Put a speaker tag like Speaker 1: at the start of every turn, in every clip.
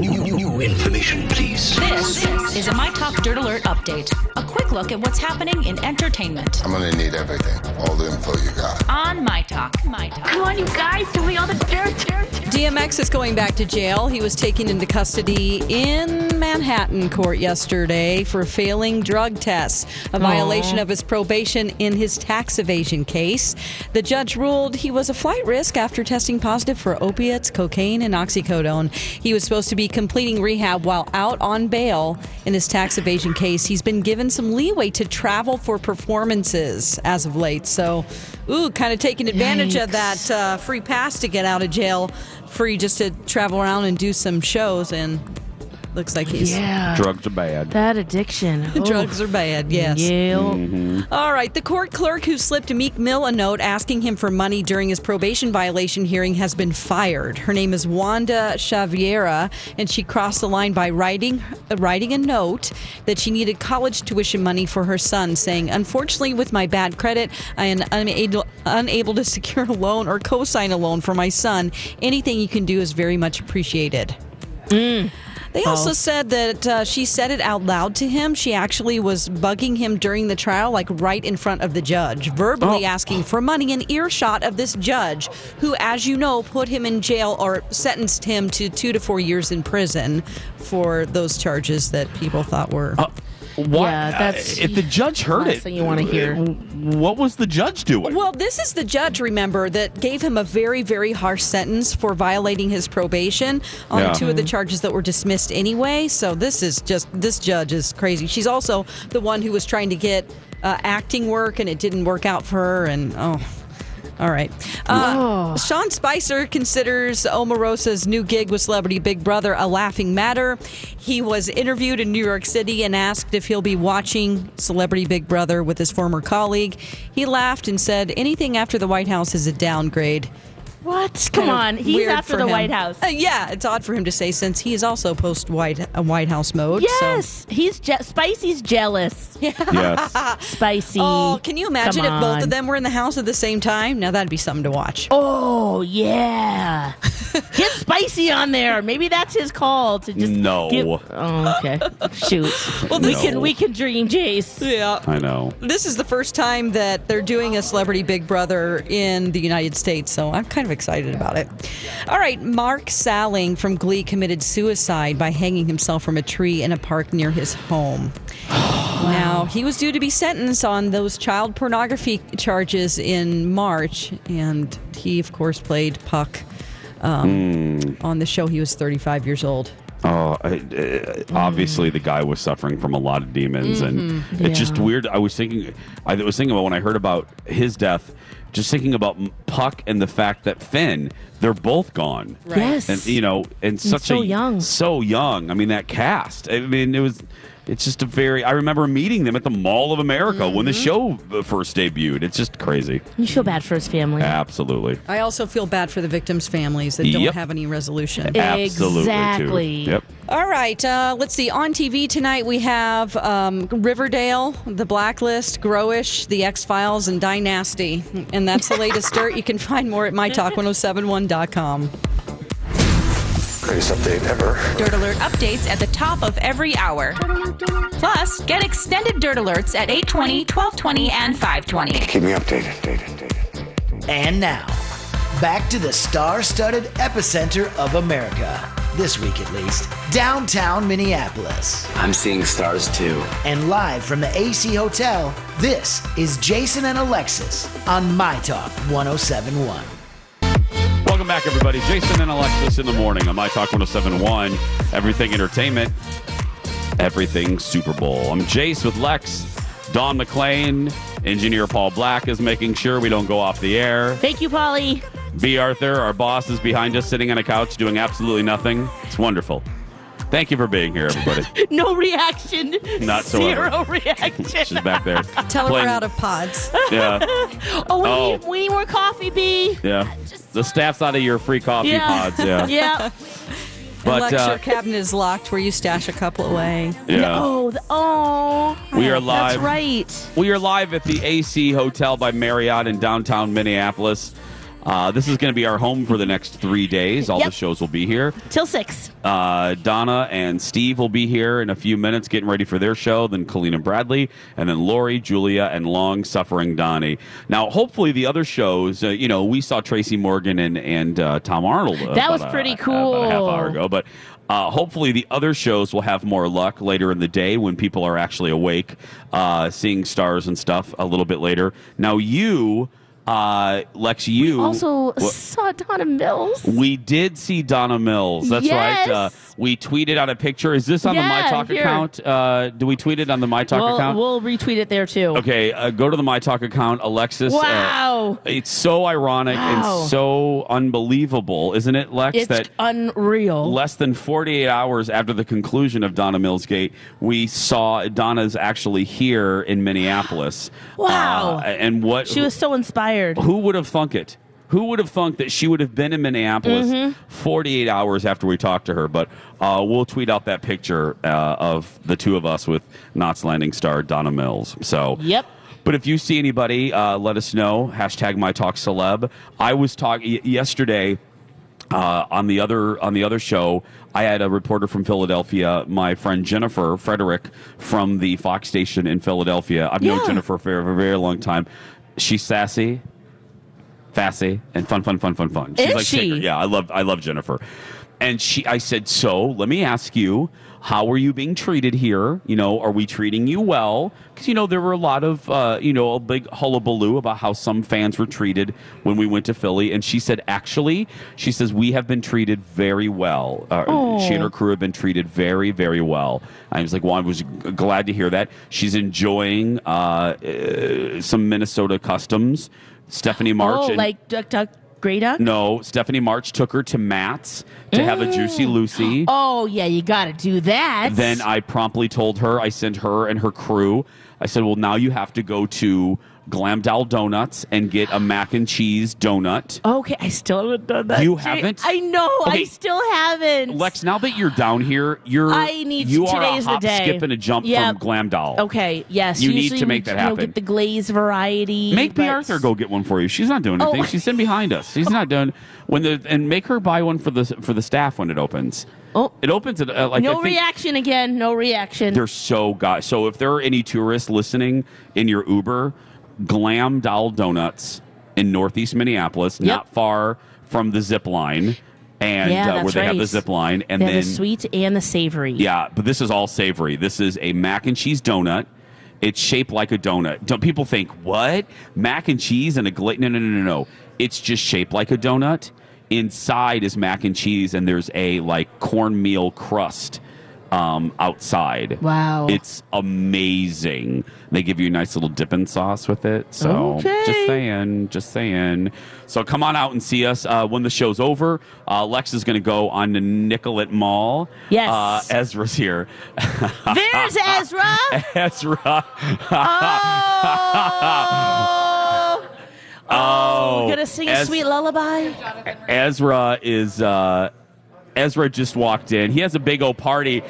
Speaker 1: New, new, new information, please.
Speaker 2: This is a My Talk Dirt Alert update. A quick look at what's happening in entertainment
Speaker 3: I'm gonna need everything, all the info you got.
Speaker 2: on My Talk. My Talk.
Speaker 4: Come on, you guys, give me all the dirt, dirt, dirt.
Speaker 5: DMX is going back to jail. He was taken into custody in Manhattan court yesterday for failing drug tests, a violation of his probation in his tax evasion case. The judge ruled he was a flight risk after testing positive for opiates, cocaine, and oxycodone. He was supposed to be completing rehab while out on bail in his tax evasion case. He's been given some leeway to travel for performances as of late. So, ooh, kind of taking advantage of that uh, free pass to get out of jail free just to travel around and do some shows and looks like he's
Speaker 4: Yeah.
Speaker 6: Drugs are bad.
Speaker 4: Uh, That addiction. Oh.
Speaker 5: drugs are bad yes
Speaker 4: Yeah.
Speaker 5: all right the court clerk who slipped meek mill a note asking him for money during his probation violation hearing has been fired her name is wanda Chaviera, and she crossed the line by writing uh, writing a note that she needed college tuition money for her son saying unfortunately with my bad credit i am unable, unable to secure a loan or co-sign a loan for my son anything you can do is very much appreciated They also said that uh, she said it out loud to him. She actually was bugging him during the trial, like right in front of the judge, verbally asking for money in earshot of this judge, who, as you know, put him in jail or sentenced him to two to four years in prison for those charges that people thought were.
Speaker 6: Why?
Speaker 4: Yeah, that's-
Speaker 6: uh, if the judge heard
Speaker 4: last
Speaker 6: it,
Speaker 4: thing you wanna hear.
Speaker 6: What was the judge doing?
Speaker 5: Well, this is the judge, remember, that gave him a very, very harsh sentence for violating his probation on
Speaker 6: Yeah.
Speaker 5: two of the charges that were dismissed anyway. So this is just, this judge is crazy. She's also the one who was trying to get uh, acting work and it didn't work out for her. And oh. All right. Uh, Sean Spicer considers Omarosa's new gig with Celebrity Big Brother a laughing matter. He was interviewed in New York City and asked if he'll be watching Celebrity Big Brother with his former colleague. He laughed and said, "Anything after the White House is a downgrade."
Speaker 4: What? Come on.
Speaker 5: Kind of
Speaker 4: He's
Speaker 5: weird
Speaker 4: after
Speaker 5: for
Speaker 4: the
Speaker 5: him.
Speaker 4: White House.
Speaker 5: Uh, yeah, it's odd for him to say since he is also post White uh, White House mode. so-
Speaker 4: Yes. He's je- Spicy's jealous.
Speaker 6: yes.
Speaker 4: Spicy.
Speaker 5: Oh, can you imagine if
Speaker 4: Come
Speaker 5: both
Speaker 4: on.
Speaker 5: of them were in the house at the same time? Now that'd be something to watch.
Speaker 4: Oh, yeah. Get Spicy on there. Maybe that's his call to just
Speaker 6: No.
Speaker 4: give- Oh, okay. Shoot. well, we
Speaker 6: this-
Speaker 4: can we can dream, Jace.
Speaker 5: Yeah.
Speaker 6: I know.
Speaker 5: This is the first time that they're doing a celebrity Big Brother in the United States, so I'm kind of excited about it. All right, Mark Salling from Glee committed suicide by hanging himself from a tree in a park near his home. Now, he was due to be sentenced on those child pornography charges in March, and he, of course, played Puck um, on the show. He was 35 years old.
Speaker 6: Oh, I, uh, obviously the guy was suffering from a lot of demons, and
Speaker 4: Mm-hmm.
Speaker 6: it's just weird. I was thinking, I was thinking about when I heard about his death, just thinking about Puck and the fact that Finn, they're both gone.
Speaker 5: Right.
Speaker 4: Yes.
Speaker 6: and you know, and such
Speaker 4: so
Speaker 6: a
Speaker 4: young.
Speaker 6: so young. I mean, that cast. I mean, it was. It's just a very. I remember meeting them at the Mall of America when the show
Speaker 4: Mm-hmm.
Speaker 6: uh, first debuted. It's just crazy.
Speaker 4: you feel bad for his family.
Speaker 6: Absolutely.
Speaker 5: I also feel bad for the victims' families that don't
Speaker 6: Yep.
Speaker 5: have any resolution.
Speaker 6: Absolutely. too.
Speaker 4: Exactly.
Speaker 6: Yep.
Speaker 5: All right, uh, let's see. On TV tonight, we have um, Riverdale, The Blacklist, Growish, The X Files, and Dynasty. And that's the latest dirt. You can find more at mytalk1071.com.
Speaker 3: Greatest update ever.
Speaker 2: Dirt Alert updates at the top of every hour. Plus, get extended Dirt Alerts at 820, 1220, and 520.
Speaker 3: Keep me updated, updated, updated.
Speaker 7: And now, back to the star studded epicenter of America, this week at least, downtown Minneapolis.
Speaker 8: I'm seeing stars too.
Speaker 7: And live from the AC Hotel, this is Jason and Alexis on My Talk 1071.
Speaker 6: Welcome back, everybody. Jason and Alexis in the morning on My Talk 1071. Everything entertainment, everything Super Bowl. I'm Jace with Lex, Don McLean, engineer Paul Black is making sure we don't go off the air.
Speaker 4: Thank you, Polly.
Speaker 6: B. Arthur, our boss, is behind us sitting on a couch doing absolutely nothing. It's wonderful. Thank you for being here, everybody.
Speaker 4: No reaction.
Speaker 6: Not so
Speaker 4: Zero
Speaker 6: She's
Speaker 4: reaction.
Speaker 6: back there.
Speaker 5: Tell her
Speaker 6: Playing-
Speaker 5: we're out of pods.
Speaker 6: Yeah,
Speaker 4: Oh, we,
Speaker 6: Oh.
Speaker 4: Need, we need more coffee, B.
Speaker 6: yeah. The staff's out of your free coffee
Speaker 4: Yeah.
Speaker 6: pods. Yeah,
Speaker 4: Yeah.
Speaker 6: But
Speaker 5: Lecture
Speaker 6: uh,
Speaker 5: cabinet is locked where you stash a couple away.
Speaker 6: yeah.
Speaker 4: Oh, the, oh.
Speaker 6: We are
Speaker 4: That's
Speaker 6: live.
Speaker 4: right.
Speaker 6: We are live at the AC Hotel by Marriott in downtown Minneapolis. Uh, this is going to be our home for the next three days. All the
Speaker 4: Yep.
Speaker 6: shows will be here.
Speaker 4: Till six.
Speaker 6: Uh, Donna and Steve will be here in a few minutes getting ready for their show. Then Colleen and Bradley, and then Lori, Julia, and long suffering Donnie. Now, hopefully, the other shows, uh, you know, we saw Tracy Morgan and, and uh, Tom Arnold. uh,
Speaker 4: That was
Speaker 6: about a-
Speaker 4: pretty
Speaker 6: About a half
Speaker 4: cool.
Speaker 6: hour ago. But uh, hopefully, the other shows will have more luck later in the day when people are actually awake, uh, seeing stars and stuff a little bit later. Now, you, uh, Lex, you.
Speaker 4: Also
Speaker 6: Wha-
Speaker 4: saw Donna Mills.
Speaker 6: we did see Donna Mills. That's
Speaker 4: Yes.
Speaker 6: right. Uh, we tweeted out a picture. Is this on the
Speaker 4: Yeah,
Speaker 6: My Talk
Speaker 4: here.
Speaker 6: account? Uh, do we tweet it on the My Talk
Speaker 4: We'll,
Speaker 6: account?
Speaker 4: we'll retweet it there too.
Speaker 6: okay, uh, go to the My Talk account, Alexis. uh,
Speaker 4: Wow.
Speaker 6: it's so ironic
Speaker 4: Wow.
Speaker 6: and so unbelievable, isn't it, Lex?
Speaker 4: It's
Speaker 6: that
Speaker 4: unreal.
Speaker 6: less than 48 hours after the conclusion of Donna Mills Gate, we saw Donna's actually here in Minneapolis.
Speaker 4: Wow.
Speaker 6: Uh, and what
Speaker 4: she was so inspired.
Speaker 6: who would have thunk it? Who would have thunk that she would have been in Minneapolis 48 hours after we talked to her? But uh, we'll tweet out that picture uh, of the two of us with Knots Landing star Donna Mills. So
Speaker 4: Yep.
Speaker 6: But if you see anybody, uh, let us know. Hashtag my talk celeb. I was talking y- yesterday uh, on the other on the other show, I had a reporter from Philadelphia, my friend Jennifer Frederick from the Fox station in Philadelphia. I've known
Speaker 4: Yeah.
Speaker 6: Jennifer for a very long time. She's sassy, Fassy and fun, fun, fun, fun, fun. She's
Speaker 4: Is
Speaker 6: like
Speaker 4: she?
Speaker 6: Tinker. Yeah, I love, I love Jennifer. And she, I said, so let me ask you, how are you being treated here? You know, are we treating you well? Because you know there were a lot of, uh, you know, a big hullabaloo about how some fans were treated when we went to Philly. And she said, actually, she says we have been treated very well. Uh, she and her crew have been treated very, very well. I was like, well, I was g- glad to hear that. She's enjoying uh, uh, some Minnesota customs. Stephanie March
Speaker 4: oh,
Speaker 6: and
Speaker 4: like Duck Duck Grey Duck?
Speaker 6: no, Stephanie March took her to Matt's to have a juicy Lucy.
Speaker 4: Mm. Oh yeah, you gotta do that.
Speaker 6: Then I promptly told her, I sent her and her crew, I said, well, now you have to go to Glamdal Donuts and get a mac and cheese donut.
Speaker 4: Okay, I still haven't done that.
Speaker 6: You
Speaker 4: Jay.
Speaker 6: haven't?
Speaker 4: I know.
Speaker 6: Okay.
Speaker 4: I still haven't.
Speaker 6: Lex, now that you're down here, you're
Speaker 4: Oh, I need-
Speaker 6: you are a
Speaker 4: today's the
Speaker 6: hop,
Speaker 4: day.
Speaker 6: skip, and a jump
Speaker 4: Yep.
Speaker 6: from Glamdal.
Speaker 4: Okay. Yes.
Speaker 6: You need
Speaker 4: usually
Speaker 6: to
Speaker 4: we,
Speaker 6: make that
Speaker 4: you know,
Speaker 6: happen.
Speaker 4: Get the glaze variety.
Speaker 6: Make
Speaker 4: but-
Speaker 6: B. Arthur go get one for you. She's not doing anything.
Speaker 4: Oh.
Speaker 6: She's sitting behind us. She's not doing when the and make her buy one for the for the staff when it opens.
Speaker 4: Oh.
Speaker 6: It opens at uh, like I
Speaker 4: no
Speaker 6: think-
Speaker 4: reaction again. No reaction.
Speaker 6: They're so guys. So if there are any tourists listening in your Uber, Glam Doll Donuts in Northeast Minneapolis, not
Speaker 4: Yep.
Speaker 6: far from the zip line, and
Speaker 4: Yeah,
Speaker 6: uh, where
Speaker 4: that's
Speaker 6: they have
Speaker 4: right.
Speaker 6: the zip line, and
Speaker 4: They have
Speaker 6: then
Speaker 4: the sweet and the savory.
Speaker 6: yeah, but this is all savory. This is a mac and cheese donut. It's shaped like a donut. Don't people think what mac and cheese and a gla No, no, no, no, no. It's just shaped like a donut. Inside is mac and cheese, and there's a like cornmeal crust um, outside.
Speaker 4: Wow.
Speaker 6: it's amazing. They give you a nice little dipping sauce with it. So
Speaker 4: Okay.
Speaker 6: just saying, just saying. So come on out and see us uh, when the show's over. Uh, Lex is going to go on to Nicollet Mall.
Speaker 4: Yes.
Speaker 6: Uh, Ezra's here.
Speaker 4: There's Ezra.
Speaker 6: Ezra.
Speaker 4: oh.
Speaker 6: Oh,
Speaker 4: We're gonna sing a
Speaker 6: Ez-
Speaker 4: sweet lullaby.
Speaker 6: Ezra is. Uh, Ezra just walked in. He has a big old party.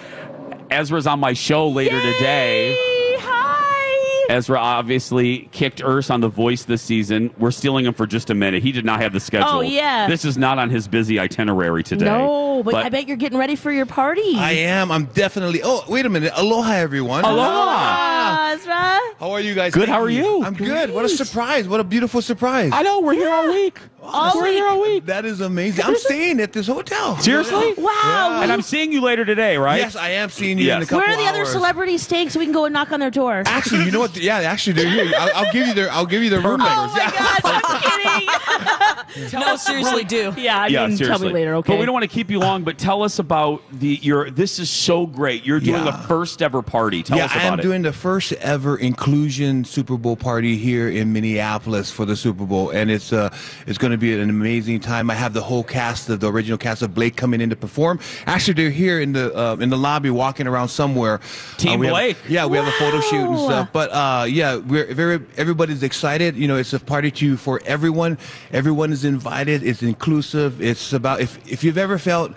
Speaker 6: Ezra's on my show later today.
Speaker 4: Yay, Hi.
Speaker 6: Ezra obviously kicked Urs on The Voice this season. We're stealing him for just a minute. He did not have the schedule.
Speaker 4: Oh, yeah.
Speaker 6: This is not on his busy itinerary today.
Speaker 4: No, but, I bet you're getting ready for your party.
Speaker 8: I am. I'm definitely. Oh, wait a minute. Aloha, everyone.
Speaker 6: Aloha.
Speaker 4: Ezra.
Speaker 8: How are you guys?
Speaker 6: Oh, Good, how are you?
Speaker 8: I'm good. What a surprise. What a beautiful surprise.
Speaker 6: I know. We're here all week.
Speaker 4: All
Speaker 6: we're here all week.
Speaker 8: that is amazing. I'm staying at this hotel.
Speaker 6: Seriously?
Speaker 4: Wow.
Speaker 6: And I'm seeing you later today, right?
Speaker 8: Yes, I am seeing you in a
Speaker 6: Yes.
Speaker 8: couple
Speaker 4: Where are the other
Speaker 8: hours.
Speaker 4: celebrities staying so we can go and knock on their door?
Speaker 8: Actually, you know what? Yeah, actually, they're here. I'll, I'll give you their. I'll give you their room numbers.
Speaker 4: Oh my God, I'm
Speaker 5: No, seriously, do.
Speaker 4: kidding. Yeah, I mean, tell me later, okay?
Speaker 6: But we don't want to keep you long. But tell us about the your. This is so great. You're doing
Speaker 8: Yeah.
Speaker 6: the first ever party. Tell
Speaker 8: yeah,
Speaker 6: us
Speaker 8: I
Speaker 6: about
Speaker 8: am
Speaker 6: it.
Speaker 8: doing the first ever inclusion Super Bowl party here in Minneapolis for the Super Bowl, and it's uh, it's going to be an amazing time. I have the whole cast of the original cast of Blake coming in to perform. Actually, they're here in the uh, in the lobby, walking around somewhere.
Speaker 6: Team
Speaker 8: Uh, we have-
Speaker 6: Blake.
Speaker 8: yeah, we have a photo shoot and
Speaker 4: Wow.
Speaker 8: stuff. But uh, yeah, we're very everybody's excited. You know, it's a party to for everyone. Everyone is invited. It's inclusive. It's about if if you've ever felt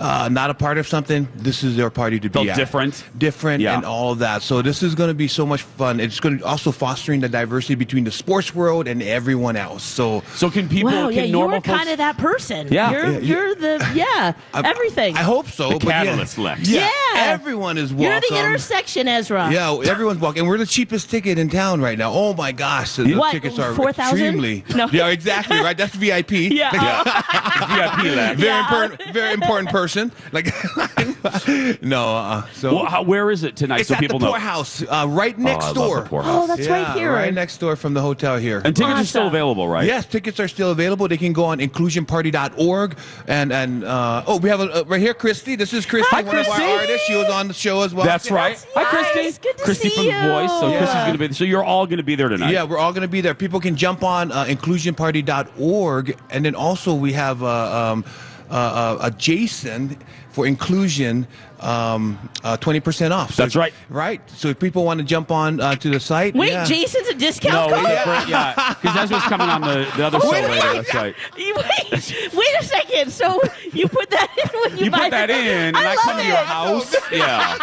Speaker 8: uh, not a part of something, this is their party to
Speaker 6: Felt
Speaker 8: be at.
Speaker 6: different.
Speaker 8: different,
Speaker 6: Yeah.
Speaker 8: and all of that. So this is going to be so much fun. It's going to also fostering the diversity between the sports world and everyone else. So
Speaker 6: So can people?
Speaker 4: Wow,
Speaker 6: can
Speaker 4: yeah,
Speaker 6: normal
Speaker 4: you're
Speaker 6: folks-
Speaker 4: kind of that person.
Speaker 6: Yeah.
Speaker 4: You're,
Speaker 6: Yeah,
Speaker 8: you-
Speaker 4: you're the, yeah, everything.
Speaker 8: I hope so.
Speaker 6: The
Speaker 8: but yeah.
Speaker 6: catalyst, Lex.
Speaker 8: Yeah,
Speaker 4: Yeah.
Speaker 8: everyone is
Speaker 4: You're
Speaker 8: welcome.
Speaker 4: the intersection, Ezra.
Speaker 8: Yeah, everyone's walking. We're the cheapest ticket in town right now. Oh my gosh, the
Speaker 4: What,
Speaker 8: tickets are
Speaker 4: 4,000?
Speaker 8: extremely.
Speaker 4: No.
Speaker 8: Yeah, exactly. Right, that's VIP.
Speaker 4: Yeah.
Speaker 6: VIP Lex.
Speaker 8: Very
Speaker 4: Yeah.
Speaker 8: important. Very important person. Like, no. Uh, so
Speaker 6: Well, how, where is it tonight?
Speaker 8: it's
Speaker 6: so
Speaker 8: at
Speaker 6: people
Speaker 8: the
Speaker 6: know.
Speaker 8: poorhouse, uh, right next
Speaker 6: oh, I love
Speaker 8: door.
Speaker 6: the poorhouse.
Speaker 4: Oh, that's right
Speaker 8: Yeah,
Speaker 4: here.
Speaker 8: right next door from the hotel here.
Speaker 6: and tickets are still
Speaker 4: Awesome.
Speaker 6: available, right?
Speaker 8: Yes, tickets are still available. They can go on inclusionparty.org and and uh, oh, we have a, uh, right here, Christy. This is Christy,
Speaker 6: Hi,
Speaker 8: one of
Speaker 6: Christy.
Speaker 8: our artists. She was on the show as well.
Speaker 6: That's right. Hi,
Speaker 4: nice.
Speaker 6: Christy.
Speaker 4: Good to
Speaker 6: Christy
Speaker 4: see
Speaker 6: from The
Speaker 4: you.
Speaker 6: Voice. So
Speaker 4: Yeah.
Speaker 6: Christy's going to be. So you're all going to be there tonight.
Speaker 8: Yeah, we're all going to be there. People can jump on uh, inclusionparty.org. And then also we have uh, um, uh, uh, a Jason for inclusion, um, uh, 20% off. So
Speaker 6: That's right.
Speaker 8: Right. So if people want to jump on uh, to the site.
Speaker 4: Wait,
Speaker 8: yeah.
Speaker 4: Jason's a
Speaker 6: No,
Speaker 4: discount
Speaker 6: it's
Speaker 4: code?
Speaker 6: different. Yeah, because that's what's coming on the, the other show
Speaker 4: wait a
Speaker 6: later.
Speaker 4: minute.
Speaker 6: That's right.
Speaker 4: You- Wait, wait a second. So you put that in when you,
Speaker 6: You
Speaker 4: buy
Speaker 6: put that
Speaker 4: the-
Speaker 6: in, and I,
Speaker 4: love
Speaker 6: come to your
Speaker 4: it.
Speaker 6: house. Yeah.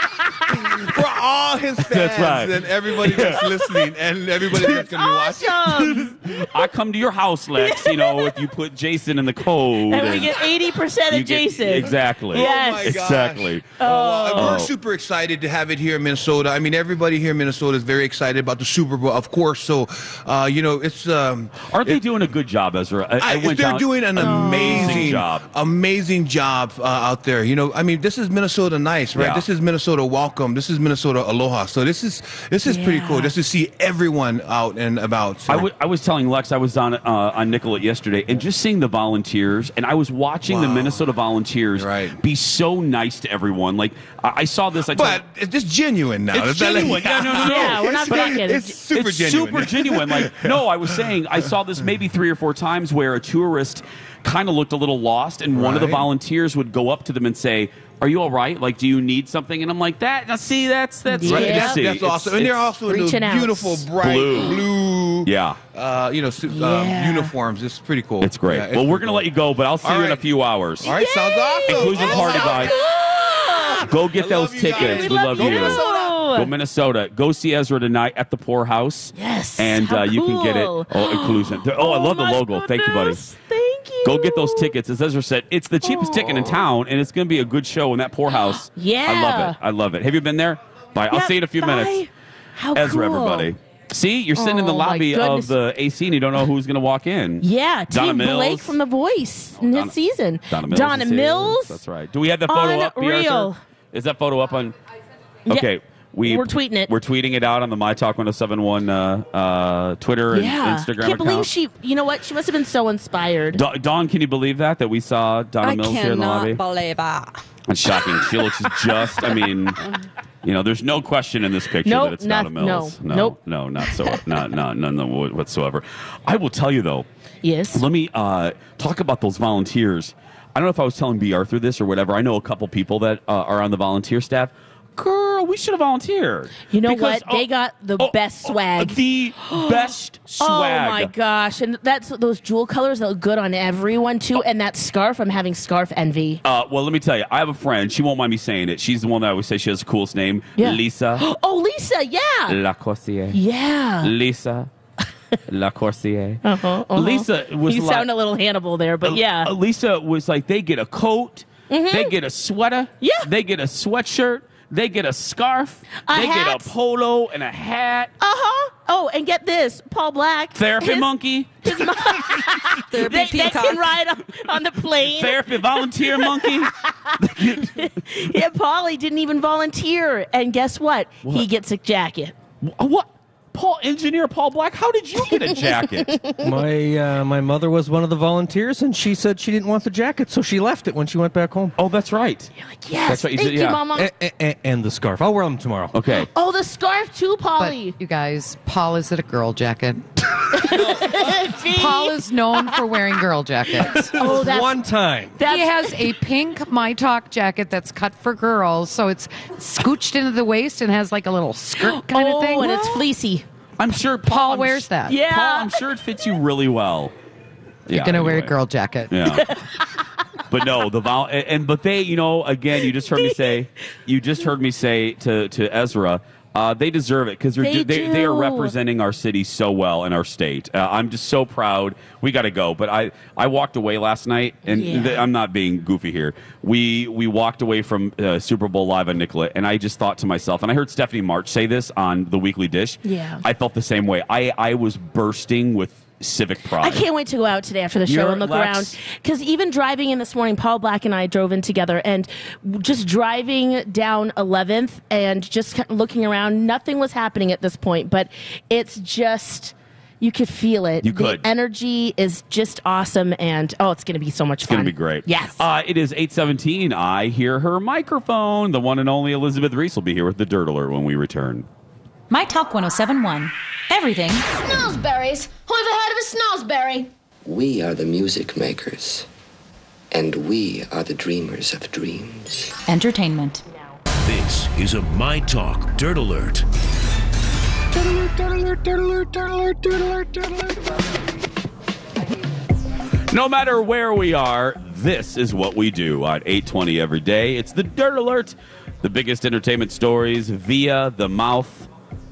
Speaker 8: For all his fans
Speaker 6: That's right.
Speaker 8: and everybody that's listening and everybody that's going to be watching.
Speaker 4: Awesome.
Speaker 6: I come to your house, Lex. You know, if you put Jason in the code,
Speaker 4: and we get eighty percent
Speaker 6: you
Speaker 4: of
Speaker 6: get-
Speaker 4: Jason.
Speaker 6: Exactly.
Speaker 4: Yes.
Speaker 8: Oh my gosh.
Speaker 6: Exactly.
Speaker 8: Well, we're
Speaker 6: Oh.
Speaker 8: super excited to have it here in Minnesota. I mean, everybody here in Minnesota is very excited about the Super Bowl, of course. So, uh, you know, it's um,
Speaker 6: Aren't they doing a good job, Ezra? I, I
Speaker 8: I,
Speaker 6: went
Speaker 8: they're
Speaker 6: down-
Speaker 8: doing an amazing
Speaker 6: job.
Speaker 8: amazing job uh, out there. You know, I mean, this is Minnesota nice, right?
Speaker 6: Yeah.
Speaker 8: This is Minnesota welcome. This is Minnesota aloha. So this is this is pretty cool.
Speaker 4: Yeah.
Speaker 8: Just to see everyone out and about. So.
Speaker 6: I wa- I was telling Lex I was on uh, on Nicollet yesterday, and just seeing the volunteers, and I was watching the
Speaker 8: Wow.
Speaker 6: Minnesota Volunteers
Speaker 8: Right.
Speaker 6: be so nice to everyone. Like I, I saw this. I
Speaker 8: but
Speaker 6: told-
Speaker 8: it's just genuine now.
Speaker 6: It's
Speaker 8: not
Speaker 6: genuine.
Speaker 8: like-
Speaker 6: Yeah, no, no, no.
Speaker 4: Yeah, we're not
Speaker 8: It's-
Speaker 4: faking.
Speaker 8: It's super
Speaker 6: it's
Speaker 8: genuine.
Speaker 6: super genuine. Like, no, I was saying I saw this maybe three or four times where a tourist kind of looked a little lost, and one of the
Speaker 8: Right.
Speaker 6: volunteers would go up to them and say. Are you all right? Like, do you need something? And I'm like, that. Now, see, that's that's
Speaker 4: Right,
Speaker 6: what you
Speaker 4: Yeah.
Speaker 8: That's,
Speaker 6: see.
Speaker 8: that's
Speaker 6: It's-
Speaker 8: awesome. And they're
Speaker 6: it's-
Speaker 8: also in those
Speaker 4: Reaching out.
Speaker 8: beautiful, bright
Speaker 6: Blue.
Speaker 8: blue,
Speaker 6: Yeah.
Speaker 8: uh, you know, su-
Speaker 4: Yeah.
Speaker 8: um, uniforms. It's pretty cool.
Speaker 6: It's great.
Speaker 8: Yeah,
Speaker 6: well, we're
Speaker 8: pretty
Speaker 6: gonna
Speaker 8: cool.
Speaker 6: let you go, but I'll see
Speaker 8: All
Speaker 6: you in a
Speaker 8: right.
Speaker 6: few hours.
Speaker 8: All right, sounds awesome.
Speaker 6: Inclusion
Speaker 8: That
Speaker 6: party
Speaker 8: sounds
Speaker 6: bye. Go get
Speaker 8: I
Speaker 6: those
Speaker 8: love you guys.
Speaker 6: tickets.
Speaker 8: We
Speaker 6: We love,
Speaker 4: love you.
Speaker 6: you.
Speaker 4: Minnesota.
Speaker 6: Go Minnesota. Go see Ezra tonight at the poorhouse.
Speaker 4: Yes,
Speaker 6: And
Speaker 4: how
Speaker 6: uh, you can get it.
Speaker 4: cool.
Speaker 6: Oh, inclusion. There- Oh, I love the
Speaker 4: my
Speaker 6: logo. Thank you, buddy.
Speaker 4: goodness. Thank you.
Speaker 6: Go get those tickets. As Ezra said, it's the cheapest ticket in town, and it's going to be a good show in that poorhouse. I love
Speaker 4: Yeah.
Speaker 6: it. I love it. Have you been there? Bye. I'll
Speaker 4: Yeah,
Speaker 6: see you in a few
Speaker 4: bye.
Speaker 6: minutes.
Speaker 4: How
Speaker 6: Ezra,
Speaker 4: cool.
Speaker 6: everybody. See, you're sitting in the
Speaker 4: Oh, my
Speaker 6: lobby of
Speaker 4: goodness.
Speaker 6: the AC, and you don't know who's going to walk in.
Speaker 4: Yeah,
Speaker 6: Donna
Speaker 4: Tim Blake
Speaker 6: Mills. Oh,
Speaker 4: from The Voice in
Speaker 6: Donna-
Speaker 4: his season.
Speaker 6: Donna Mills.
Speaker 4: Donna
Speaker 6: is here.
Speaker 4: Mills.
Speaker 6: That's right. Do we have the photo up? B. Arthur?
Speaker 4: Unreal.
Speaker 6: Is that photo up on?
Speaker 4: Yeah.
Speaker 6: Okay. We,
Speaker 4: We're tweeting it.
Speaker 6: We're tweeting it out on the My Talk 1071 uh, uh, Twitter and
Speaker 4: Yeah,
Speaker 6: Instagram
Speaker 4: can't
Speaker 6: account.
Speaker 4: believe she. You know what? She must have been so inspired.
Speaker 6: Da- Dawn, can you believe that? That we saw Donna
Speaker 5: I
Speaker 6: Mills here in the
Speaker 5: cannot
Speaker 6: lobby?
Speaker 5: believe it.
Speaker 6: It's shocking. She looks just, I mean, you know, there's no question in this picture
Speaker 4: Nope,
Speaker 6: that it's
Speaker 4: not-
Speaker 6: Donna Mills.
Speaker 4: no,
Speaker 6: no,
Speaker 4: nope.
Speaker 6: no, not so, not, not, none wh- whatsoever. I will tell you though,
Speaker 4: yes.
Speaker 6: let me uh, talk about those volunteers. I don't know if I was telling B. Arthur this or whatever. I know a couple people that uh, are on the volunteer staff. Girl, we should have volunteered. oh,
Speaker 4: You know what? They got the best swag.
Speaker 6: The best swag.
Speaker 4: Oh my gosh! And that's those jewel colors that look good on everyone too. And that scarf, I'm having scarf envy.
Speaker 6: Uh, well, let me tell you, I have a friend. She won't mind me saying it. She's the one that I always say she has the coolest name.
Speaker 4: Yeah.
Speaker 6: Lisa
Speaker 4: Oh, Lisa, yeah,
Speaker 6: Lacourcier.
Speaker 4: yeah.
Speaker 6: Lisa Lacourcier.
Speaker 4: Uh-huh, uh-huh.
Speaker 6: Lisa was
Speaker 4: You
Speaker 6: like,
Speaker 4: sound a little Hannibal there, but yeah. Mm-hmm.
Speaker 6: Uh, Lisa was like, they get a coat, they get a sweater,
Speaker 4: Yeah.
Speaker 6: they get a sweatshirt, they get a scarf,
Speaker 4: A
Speaker 6: they
Speaker 4: hat.
Speaker 6: get a polo and a hat.
Speaker 4: Uh huh. Oh, and get this, Paul Black.
Speaker 6: Therapy
Speaker 4: his-
Speaker 6: monkey,
Speaker 4: They,
Speaker 5: Therapy
Speaker 4: they
Speaker 5: peacock.
Speaker 4: can ride on, on the plane.
Speaker 6: therapy volunteer monkey.
Speaker 4: yeah, Paulie didn't even volunteer, and guess what? He
Speaker 6: What?
Speaker 4: gets a jacket.
Speaker 6: Wh- What? Paul, engineer Paul Black, how did you get a jacket?
Speaker 9: My uh, my mother was one of the volunteers, and she said she didn't want the jacket, so she left it when she went back home.
Speaker 6: oh, that's right.
Speaker 4: You're like, yes,
Speaker 6: That's right, you
Speaker 4: thank
Speaker 6: did-
Speaker 4: you,
Speaker 6: yeah.
Speaker 4: Mama.
Speaker 9: A- a- a- and the scarf. I'll wear them tomorrow.
Speaker 6: Okay.
Speaker 4: oh, the scarf too,
Speaker 10: But
Speaker 4: Polly.
Speaker 10: you guys, Paul is it a girl jacket?
Speaker 4: See?
Speaker 10: Paul is known for wearing girl jackets.
Speaker 4: oh, that's
Speaker 9: One time.
Speaker 10: He has a pink My Talk jacket that's cut for girls, so it's scooched into the waist and has like a little skirt kind
Speaker 4: oh,
Speaker 10: of thing.
Speaker 4: and it's fleecy.
Speaker 6: I'm sure Paul,
Speaker 10: Paul
Speaker 6: I'm
Speaker 10: wears
Speaker 6: sh-
Speaker 10: that.
Speaker 4: Yeah.
Speaker 6: Paul, I'm sure it fits you really well.
Speaker 10: You're gonna wear a girl jacket.
Speaker 6: Yeah. But no, the vowel and, and but they, you know, again, you just heard me say, you just heard me say to to Ezra. Uh, they deserve it because they're
Speaker 4: They
Speaker 6: they, they, are
Speaker 4: do.
Speaker 6: representing our city so well and our state. Uh, I'm just so proud. We got to go, but I, I walked away last night, and
Speaker 4: Yeah.
Speaker 6: th- I'm not being goofy here. We we walked away from uh, Super Bowl live on Nicolet, and I just thought to myself, and I heard Stephanie March say this on the Weekly Dish.
Speaker 4: Yeah.
Speaker 6: I felt the same way. I I was bursting with civic pride.
Speaker 4: I can't wait to go out today after the show
Speaker 6: You're-
Speaker 4: and look
Speaker 6: Lex-
Speaker 4: around. Because even driving in this morning, Paul Black and I drove in together, and w- just driving down 11th and just ki- looking around, nothing was happening at this point, but it's just. You could feel it.
Speaker 6: You
Speaker 4: the
Speaker 6: could.
Speaker 4: energy is just awesome, and oh, it's going to be so much
Speaker 6: It's
Speaker 4: fun.
Speaker 6: going to be great.
Speaker 4: Yes.
Speaker 6: Uh, it is 817. I hear her microphone. The one and only Elizabeth Reese will be here with the Dirt Alert when we return.
Speaker 2: My Talk 1071. Everything.
Speaker 11: Snowsberries. Who ever heard of a snowsberry?
Speaker 1: We are the music makers, and we are the dreamers of dreams.
Speaker 2: Entertainment.
Speaker 12: This is a My Talk Dirt Alert.
Speaker 6: No matter where we are, this is what we do at 820 every day. It's the Dirt Alert, the biggest entertainment stories via the mouth,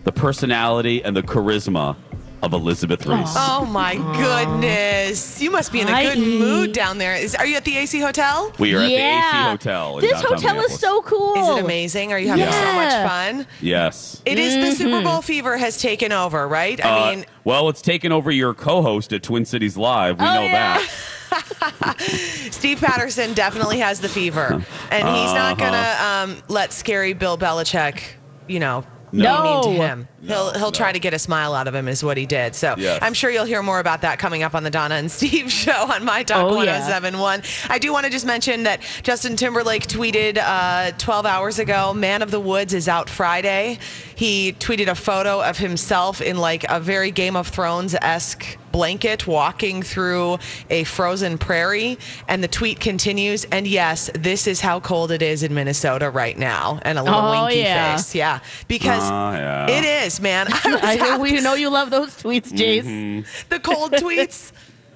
Speaker 6: the personality, and the charisma of Elizabeth Reese.
Speaker 13: Oh my goodness! You must be in a good mood down there. Is, are you at the AC Hotel?
Speaker 6: We are at the AC Hotel. in
Speaker 13: This
Speaker 6: downtown
Speaker 13: hotel is
Speaker 6: Minneapolis.
Speaker 4: so cool.
Speaker 13: Is it amazing? Are you having so much
Speaker 6: Yeah.
Speaker 13: fun? Mm-hmm.
Speaker 6: Yes.
Speaker 13: Oh. It is the Super Bowl fever has taken over, right? I
Speaker 6: Uh,
Speaker 13: mean,
Speaker 6: well, it's taken over your co-host at Twin Cities Live. We
Speaker 13: Oh,
Speaker 6: know
Speaker 13: yeah.
Speaker 6: that.
Speaker 13: Steve Patterson definitely has the fever, and he's not
Speaker 6: Uh-huh.
Speaker 13: gonna um, let scary Bill Belichick, you know.
Speaker 6: No.
Speaker 13: be mean to
Speaker 6: No.
Speaker 13: him. he'll he'll try to get a smile out of him is what he did. So
Speaker 6: Yes.
Speaker 13: I'm sure you'll hear more about that coming up on the Donna and Steve show on my talk
Speaker 14: Oh, yeah.
Speaker 13: 1071. I do want to just mention that Justin Timberlake tweeted uh, 12 hours ago, "Man of the Woods is out Friday." He tweeted a photo of himself in like a very Game of Thrones esque blanket walking through a frozen prairie. And the tweet continues, and yes, this is how cold it is in Minnesota right now. And a little
Speaker 4: Oh,
Speaker 13: winky
Speaker 4: yeah.
Speaker 13: face. Yeah. Because
Speaker 4: Ah,
Speaker 6: Oh, yeah.
Speaker 13: it is, man. I was
Speaker 4: I know- we
Speaker 13: out-
Speaker 4: know you love those tweets, Jace.
Speaker 6: Mm-hmm.
Speaker 13: The cold tweets.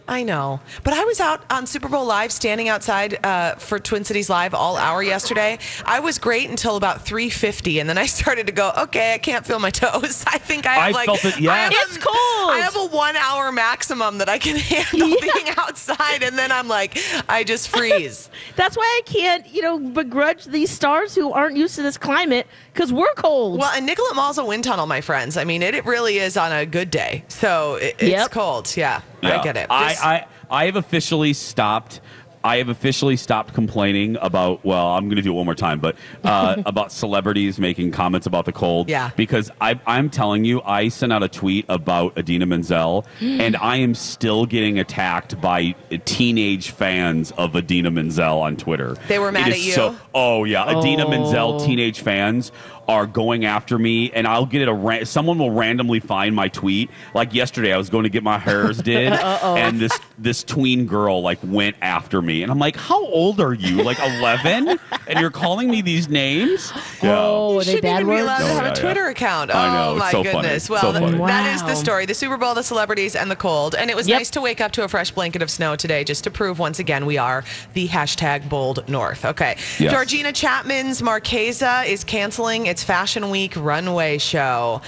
Speaker 13: I know. But I was out on Super Bowl Live standing outside uh, for Twin Cities Live all hour yesterday. I was great until about 350 and then I started to go, okay, I can't feel my toes. I think I have
Speaker 6: I
Speaker 13: like
Speaker 6: felt it, yeah.
Speaker 13: I have
Speaker 6: It's
Speaker 13: a- I have a 1 hour maximum that I can handle being outside and then I'm like I just freeze.
Speaker 4: That's why I can't, you know, begrudge these stars who aren't used to this climate because we're cold.
Speaker 13: Well, and Nicollet Mall's a wind tunnel, my friends. I mean, it, it really is on a good day. So it, it's
Speaker 4: Yep.
Speaker 13: cold. Yeah,
Speaker 6: Yeah.
Speaker 13: I get it. This-
Speaker 6: I, I I have officially stopped. I have officially stopped complaining about. Well, I'm going to do it one more time, but uh, about celebrities making comments about the cold.
Speaker 13: Yeah.
Speaker 6: Because I, I'm telling you, I sent out a tweet about Adina Menzel, and I am still getting attacked by teenage fans of Adina Menzel on Twitter.
Speaker 13: They were mad
Speaker 6: It is
Speaker 13: at you?
Speaker 6: so- oh yeah, Adina
Speaker 13: Oh.
Speaker 6: Menzel, teenage fans are going after me, and I'll get it. A ra- someone will randomly find my tweet. Like yesterday, I was going to get my hairs did,
Speaker 15: Uh-oh.
Speaker 6: and this this tween girl like went after me, and I'm like, "How old are you? Like 11? and you're calling me these names?
Speaker 4: Oh,
Speaker 13: You
Speaker 4: are they
Speaker 13: shouldn't
Speaker 4: bad
Speaker 13: even be
Speaker 4: words?
Speaker 13: allowed to
Speaker 6: No,
Speaker 13: have
Speaker 6: yeah,
Speaker 13: a
Speaker 6: yeah.
Speaker 13: Twitter account. Oh
Speaker 6: I know, it's
Speaker 13: my
Speaker 6: so funny.
Speaker 13: goodness.
Speaker 6: So
Speaker 13: Well,
Speaker 6: funny.
Speaker 13: that is
Speaker 6: Wow.
Speaker 13: the story. The Super Bowl, the celebrities, and the cold. And it was nice to wake up to a fresh blanket of snow today just to prove once again we are the hashtag bold north. Okay.
Speaker 16: Yes.
Speaker 13: Georgina Chapman's Marquesa is canceling its Fashion Week runway show.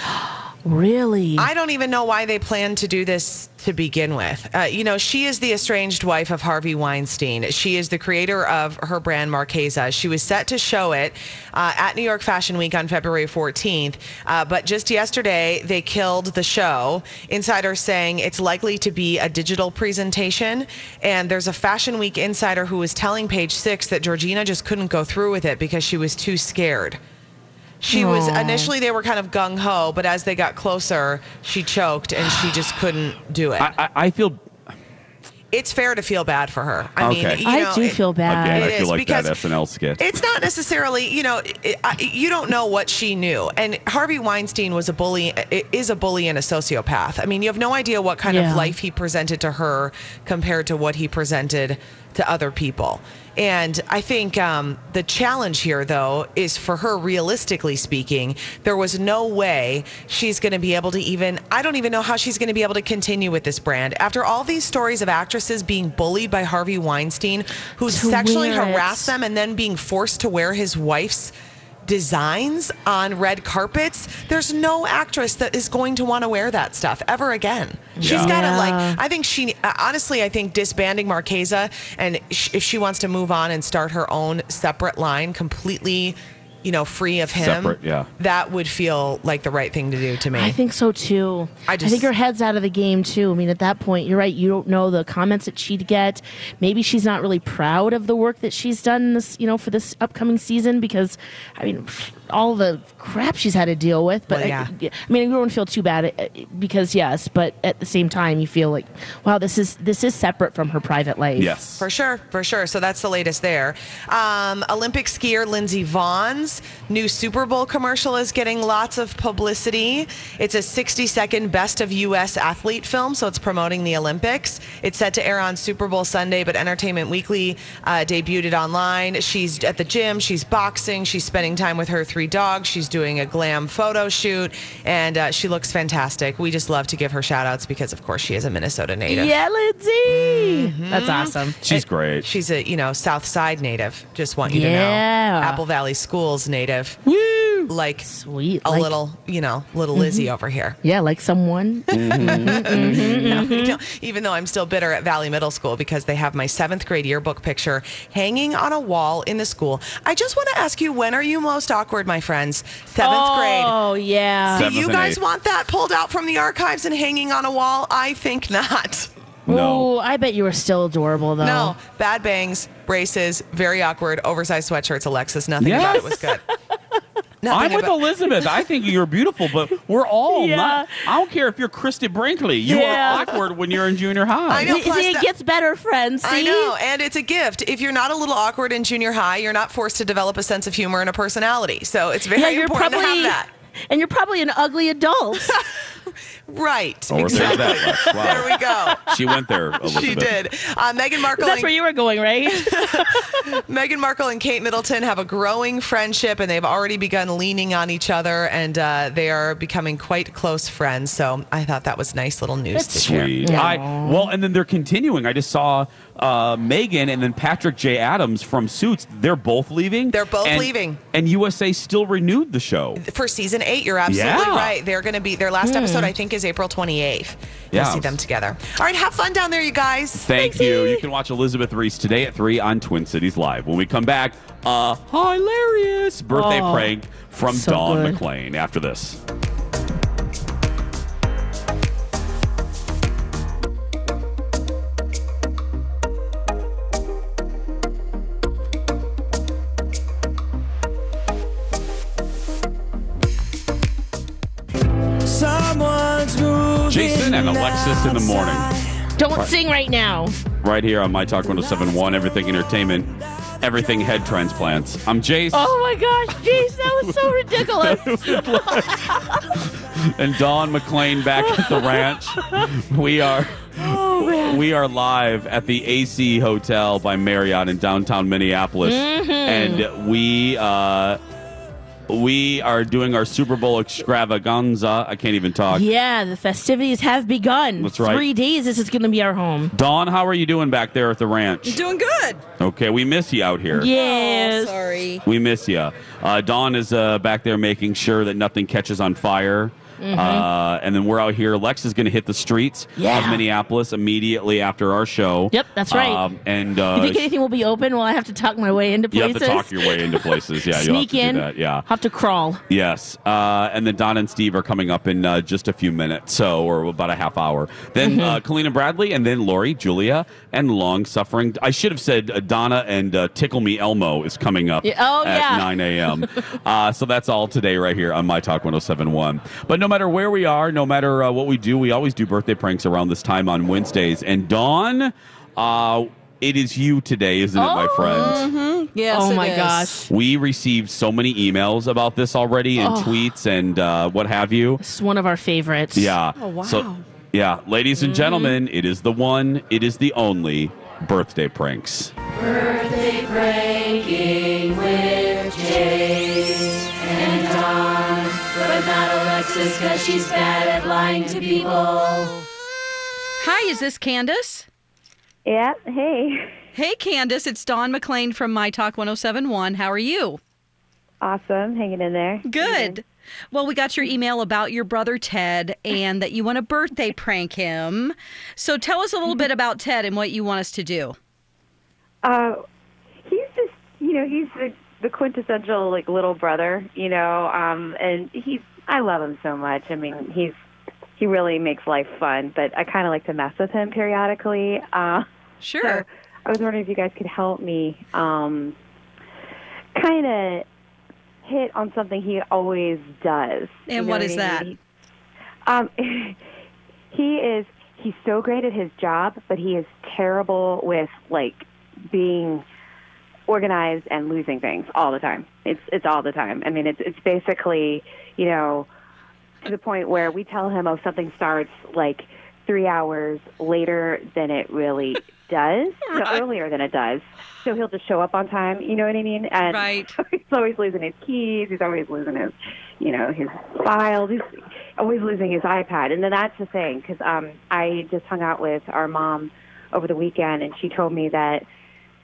Speaker 4: Really?
Speaker 13: I don't even know why they planned to do this to begin with. Uh, you know, she is the estranged wife of Harvey Weinstein. She is the creator of her brand Marquesa. She was set to show it uh, at New York Fashion Week on February 14th, uh, but just yesterday they killed the show. Insider saying it's likely to be a digital presentation, and there's a Fashion Week insider who was telling Page Six that Georgina just couldn't go through with it because she was too scared. She was
Speaker 16: Aw.
Speaker 13: initially they were kind of gung ho, but as they got closer, she choked and she just couldn't do it.
Speaker 6: I, I, I feel
Speaker 13: It's fair to feel bad for her. I mean,
Speaker 6: okay.
Speaker 13: you know, it-
Speaker 6: Again,
Speaker 13: It
Speaker 6: I feel
Speaker 13: is
Speaker 6: like that
Speaker 13: because
Speaker 6: SNL skit.
Speaker 13: It's not necessarily, you know, it, I, you don't know what she knew. And Harvey Weinstein was a bully, i- is a bully and a sociopath. I mean, you have no idea what kind
Speaker 16: Yeah.
Speaker 13: of life he presented to her compared to what he presented to other people. And I think um, the challenge here, though, is for her, realistically speaking, there was no way she's going to be able to even, I don't even know how she's going to be able to continue with this brand. After all these stories of actresses being bullied by Harvey Weinstein, who
Speaker 14: To
Speaker 13: sexually
Speaker 14: wear it.
Speaker 13: harassed them and then being forced to wear his wife's designs on red carpets, there's no actress that is going to want to wear that stuff ever again. She's
Speaker 14: Yeah.
Speaker 13: got to
Speaker 14: Yeah.
Speaker 13: like I think she uh, honestly, I think disbanding Marquesa and sh- if she wants to move on and start her own separate line, completely, you know, free of him,
Speaker 6: Separate, yeah.
Speaker 13: that would feel like the right thing to do to me.
Speaker 4: I think so too. I, think her head's out of the game too. I mean, at that point, you're right. You don't know the comments that she'd get. Maybe she's not really proud of the work that she's done this, you know, for this upcoming season because, I mean, all the crap she's had to deal with. But
Speaker 13: Well,
Speaker 4: I-
Speaker 13: yeah.
Speaker 4: I, mean, you don't feel too bad uh, because yes, but at the same time, you feel like, wow, this is this is separate from her private life.
Speaker 13: For sure, for sure. So that's the latest there. Um, Olympic skier Lindsey Vaughn's new Super Bowl commercial is getting lots of publicity. It's a 60 second best of U.S. athlete film, so it's promoting the Olympics. It's set to air on Super Bowl Sunday, but Entertainment Weekly uh, debuted it online. She's at the gym, she's boxing, she's spending time with her three dogs, she's doing a glam photo shoot, and uh, she looks fantastic. We just love to give her shout outs because, of course, she is a Minnesota native. Mm-hmm.
Speaker 4: Yeah, Lindsay. That's awesome.
Speaker 6: She's great.
Speaker 13: She's a you know South Side native. Just want you to
Speaker 4: Yeah.
Speaker 13: know, Apple Valley Schools native.
Speaker 4: Woo!
Speaker 13: Like
Speaker 4: sweet,
Speaker 13: a
Speaker 4: like-
Speaker 13: little you know little Lizzie
Speaker 4: Mhm.
Speaker 13: over here.
Speaker 4: Yeah, like someone. Mhm, mhm,
Speaker 13: No,
Speaker 4: mhm.
Speaker 13: you know, even though I'm still bitter at Valley Middle School because they have my seventh grade yearbook picture hanging on a wall in the school. I just want to ask you, when are you most awkward, my friends? Seventh
Speaker 4: Oh,
Speaker 13: grade.
Speaker 4: Oh yeah.
Speaker 13: Do you guys want that pulled out from the archives and hanging on a wall? I think not.
Speaker 4: No. I bet you were still adorable though.
Speaker 13: No, bad bangs, braces, very awkward, oversized sweatshirts. Alexis, nothing about it
Speaker 6: Yes.
Speaker 13: was good.
Speaker 6: I'm
Speaker 13: Nothing
Speaker 6: with
Speaker 13: about-
Speaker 6: Elizabeth. I think you're beautiful, but we're all
Speaker 4: Yeah.
Speaker 6: not. I don't care if you're Christy Brinkley. You
Speaker 4: Yeah.
Speaker 6: are awkward when you're in junior high.
Speaker 13: I know.
Speaker 4: See, see, it gets better, friends.
Speaker 13: I
Speaker 4: see?
Speaker 13: know, and it's a gift. If you're not a little awkward in junior high, you're not forced to develop a sense of humor and a personality. So it's very
Speaker 4: yeah, you're
Speaker 13: important
Speaker 4: probably
Speaker 13: to have that.
Speaker 4: and you're probably an ugly adult.
Speaker 13: Right.
Speaker 6: Or there's Oh, that, Lex. Wow.
Speaker 13: There we go.
Speaker 6: She went there, Elizabeth.
Speaker 13: She did. Uh, Meghan Markle.
Speaker 4: That's where you were going, right?
Speaker 13: Meghan Markle and Kate Middleton have a growing friendship, and they've already begun leaning on each other, and uh, they are becoming quite close friends. So I thought that was nice little news. to share.
Speaker 6: Sweet. I, well, and then they're continuing. I just saw uh, Megan and then Patrick J. Adams from Suits. They're both leaving. They're
Speaker 13: both leaving.
Speaker 6: And USA still renewed the show.
Speaker 13: for season eight, you're absolutely
Speaker 6: Yeah.
Speaker 13: right. They're going to be their last
Speaker 6: Hmm.
Speaker 13: episode. I think is April 28th. You'll
Speaker 6: Yeah.
Speaker 13: see them together. All right, have fun down there, you guys.
Speaker 6: Thank you. You can watch Elizabeth Reese today at 3 on Twin Cities Live. When we come back, a hilarious birthday
Speaker 14: Oh,
Speaker 6: prank from
Speaker 14: so
Speaker 6: Dawn
Speaker 14: good.
Speaker 6: McLean after this.
Speaker 14: Someone's moving.
Speaker 6: Jason and Alexis in the morning.
Speaker 4: Don't
Speaker 6: Right.
Speaker 4: sing right now.
Speaker 6: Right here on My Talk 1071, Everything Entertainment, Everything Head Transplants. I'm Jace,
Speaker 4: Oh my gosh, jeez, that was so ridiculous.
Speaker 6: and Dawn McLean back at the ranch. We are.
Speaker 4: oh man.
Speaker 6: We are live at the AC Hotel by Marriott in downtown Minneapolis,
Speaker 14: Mhm.
Speaker 6: and we uh, we are doing our Super Bowl extravaganza. I can't even talk.
Speaker 4: Yeah, the festivities have begun.
Speaker 6: That's right.
Speaker 4: Three days. This is going to be our home.
Speaker 6: Dawn, how are you doing back there at the ranch?
Speaker 5: Doing good. Oh,
Speaker 6: Okay, we miss you out here.
Speaker 4: Yes.
Speaker 5: sorry.
Speaker 6: We miss you. Uh, Dawn is uh, back there making sure that nothing catches on fire.
Speaker 14: Mhm.
Speaker 4: Mm-hmm.
Speaker 6: Uh, and then we're out here. Lex is going to hit the streets of
Speaker 4: Yeah.
Speaker 6: Minneapolis immediately after our show.
Speaker 4: Yep, that's right.
Speaker 6: Um, and uh,
Speaker 4: you think anything will be open? Well, I have to talk my way into
Speaker 6: you have
Speaker 4: places.
Speaker 6: to talk your way into places. Yeah, you'll have
Speaker 4: Sneak
Speaker 6: to
Speaker 4: in.
Speaker 6: do that. Yeah.
Speaker 4: Have to crawl.
Speaker 6: Yes. Uh, and then Don and Steve are coming up in uh, just a few minutes, so or about a half hour. Then uh, Kalina Bradley, and then Lori, Julia, and long suffering. I should have said uh, Donna and uh, Tickle Me Elmo is coming up
Speaker 14: Yeah, oh,
Speaker 6: at
Speaker 14: yeah.
Speaker 6: 9 a.m. uh, so that's all today, right here on My Talk 1071. But no matter where we are, no matter uh, what we do, we always do birthday pranks around this time on Wednesdays. And Dawn, uh, it is you today, isn't it, my
Speaker 14: Oh.
Speaker 6: friend?
Speaker 5: Mm-hmm. Yes.
Speaker 4: Oh
Speaker 5: it
Speaker 4: my
Speaker 5: is.
Speaker 4: gosh.
Speaker 6: We received so many emails about this already and
Speaker 4: Oh.
Speaker 6: tweets and uh, what have you.
Speaker 4: It's one of our favorites.
Speaker 6: Yeah.
Speaker 4: Oh, wow. Mm-hmm.
Speaker 6: So, yeah, ladies and gentlemen, it is the one, it is the only birthday pranks.
Speaker 14: Birthday
Speaker 15: breaking with Jace and Don, but not Alexis because she's bad at lying to people.
Speaker 5: Hi, is this Candace?
Speaker 16: Yeah, hey.
Speaker 5: Hey, Candace, it's Dawn McLean from My Talk 1071. How are you?
Speaker 16: Awesome, hanging in there.
Speaker 5: Good. Well, we got your email about your brother Ted and that you want to birthday prank him. So tell us a little bit about Ted and what you want us to do.
Speaker 16: Uh, he's just, you know, he's the, the quintessential like little brother, you know, um, and he's I love him so much. I mean, he's he really makes life fun, but I kind of like to mess with him periodically. Uh,
Speaker 5: sure.
Speaker 16: I was wondering if you guys could help me, um, kind of hit on something he always does. You
Speaker 5: And
Speaker 16: know
Speaker 5: what is
Speaker 16: I
Speaker 5: that?
Speaker 16: mean? Um, he is he's so great at his job, but he is terrible with like being organized and losing things all the time. It's it's all the time. I mean, it's it's basically you know to the point where we tell him oh something starts like three hours later than it really does, so earlier than it does. So he'll just show up on time. You know what I mean? And
Speaker 5: right.
Speaker 16: He's always losing his keys. He's always losing his you know his files. He's always losing his iPad, and then that's the thing because um, I just hung out with our mom over the weekend, and she told me that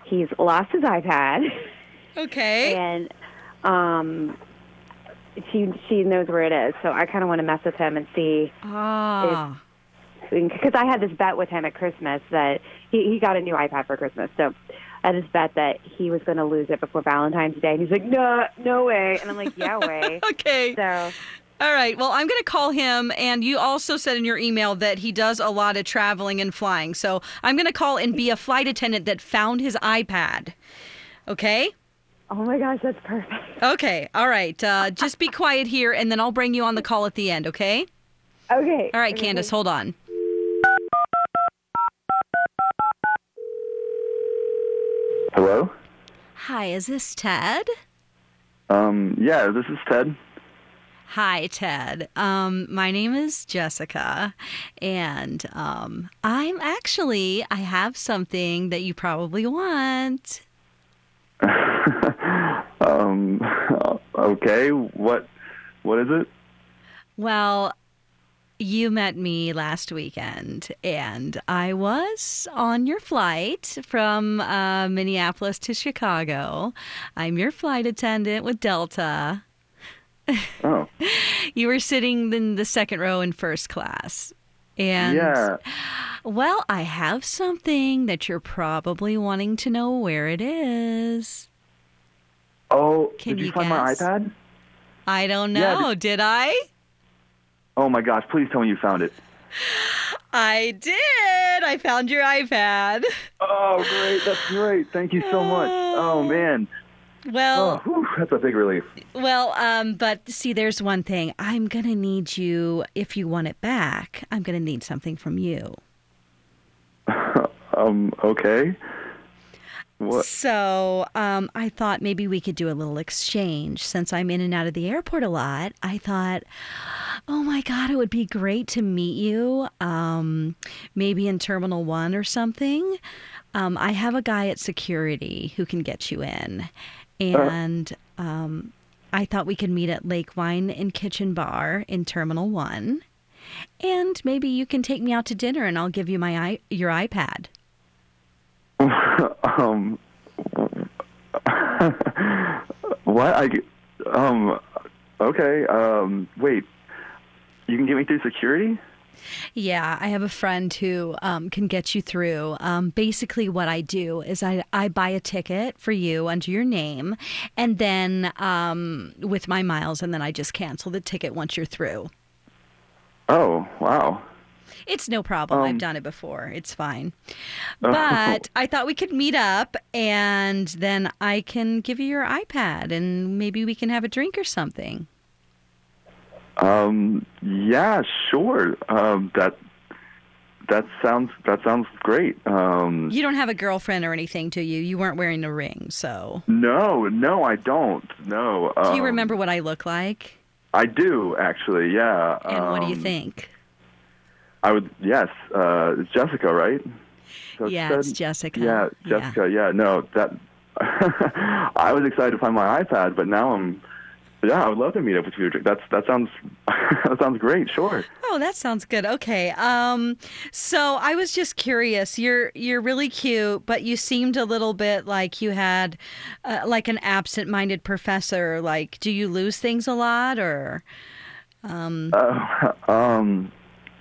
Speaker 16: he's lost his iPad,
Speaker 5: Okay.
Speaker 16: and um, she she knows where it is. So I kind of want to mess with him and see
Speaker 5: Ah.
Speaker 16: because I had this bet with him at Christmas that he, he got a new iPad for Christmas. So I had this bet that he was going to lose it before Valentine's Day. And he's like, no, no way. And I'm like, yeah, way.
Speaker 5: okay.
Speaker 16: So
Speaker 5: All right. Well, I'm going to call him. And you also said in your email that he does a lot of traveling and flying. So I'm going to call and be a flight attendant that found his iPad. Okay.
Speaker 16: Oh my gosh, that's perfect.
Speaker 5: Okay. All right. Uh, just be quiet here, and then I'll bring you on the call at the end. Okay.
Speaker 16: Okay.
Speaker 5: All right, Candace. Hold on.
Speaker 17: Hello?
Speaker 5: Hi, is this Ted?
Speaker 17: Um, yeah, this is Ted.
Speaker 5: Hi, Ted. Um, my name is Jessica, and um, I'm actually I have something that you probably want.
Speaker 17: Um, okay, what, what is it?
Speaker 5: Well, you met me last weekend, and I was on your flight from uh, Minneapolis to Chicago. I'm your flight attendant with Delta.
Speaker 17: Oh.
Speaker 5: you were sitting in the second row in first class. And
Speaker 17: yeah.
Speaker 5: well, I have something that you're probably wanting to know where it is.
Speaker 17: Oh,
Speaker 5: Can
Speaker 17: did you,
Speaker 5: you
Speaker 17: find
Speaker 5: guess?
Speaker 17: my iPad?
Speaker 5: I don't
Speaker 17: Yeah,
Speaker 5: know. did I?
Speaker 17: Oh my gosh, please tell me you found it.
Speaker 5: I did. I found your iPad.
Speaker 17: Oh, great. That's great. Thank you so much. Oh, man.
Speaker 5: Well,
Speaker 17: Whew, that's a big relief.
Speaker 5: well, um, but see, there's one thing. I'm gonna need you if you want it back. I'm gonna need something from you.
Speaker 17: Um, okay. What?
Speaker 5: So um, I thought maybe we could do a little exchange since I'm in and out of the airport a lot. I thought, oh my God, it would be great to meet you, um, maybe in Terminal One or something. Um, I have a guy at security who can get you in. And um, I thought we could meet at Lake Wine and Kitchen Bar in Terminal One. And maybe you can take me out to dinner and I'll give you my i- your iPad.
Speaker 17: um, what? I, um, okay. Um, wait. You can get me through security?
Speaker 5: Yeah, I have a friend who um, can get you through. Um, basically, what I do is I, I buy a ticket for you under your name, and then um, with my miles, and then I just cancel the ticket once you're through.
Speaker 17: Oh, wow.
Speaker 5: It's no problem. I've
Speaker 17: Um,
Speaker 5: done it before. It's fine.
Speaker 17: Oh.
Speaker 5: But I thought we could meet up, and then I can give you your iPad, and maybe we can have a drink or something.
Speaker 17: Um, yeah, sure. Um, that that sounds that sounds great. Um,
Speaker 5: You don't have a girlfriend or anything, do you? You weren't wearing a ring, so.
Speaker 17: no, no, I don't. No. Um,
Speaker 5: Do you remember what I look like?
Speaker 17: I do actually. Yeah.
Speaker 5: And what do you
Speaker 17: Um,
Speaker 5: think?
Speaker 17: I would. Yes. Uh, it's Jessica, right? So
Speaker 5: Yeah,
Speaker 17: said-
Speaker 5: it's Jessica.
Speaker 17: Yeah, Jessica. Yeah. No, that I was excited to find my iPad, but now I'm. Yeah, I would love to meet up with you. That's that sounds that sounds great. Sure.
Speaker 5: Oh, that sounds good. Okay. Um, so I was just curious. You're you're really cute, but you seemed a little bit like you had uh, like an absent-minded professor. Like, do you lose things a lot, or um,
Speaker 17: Uh, um,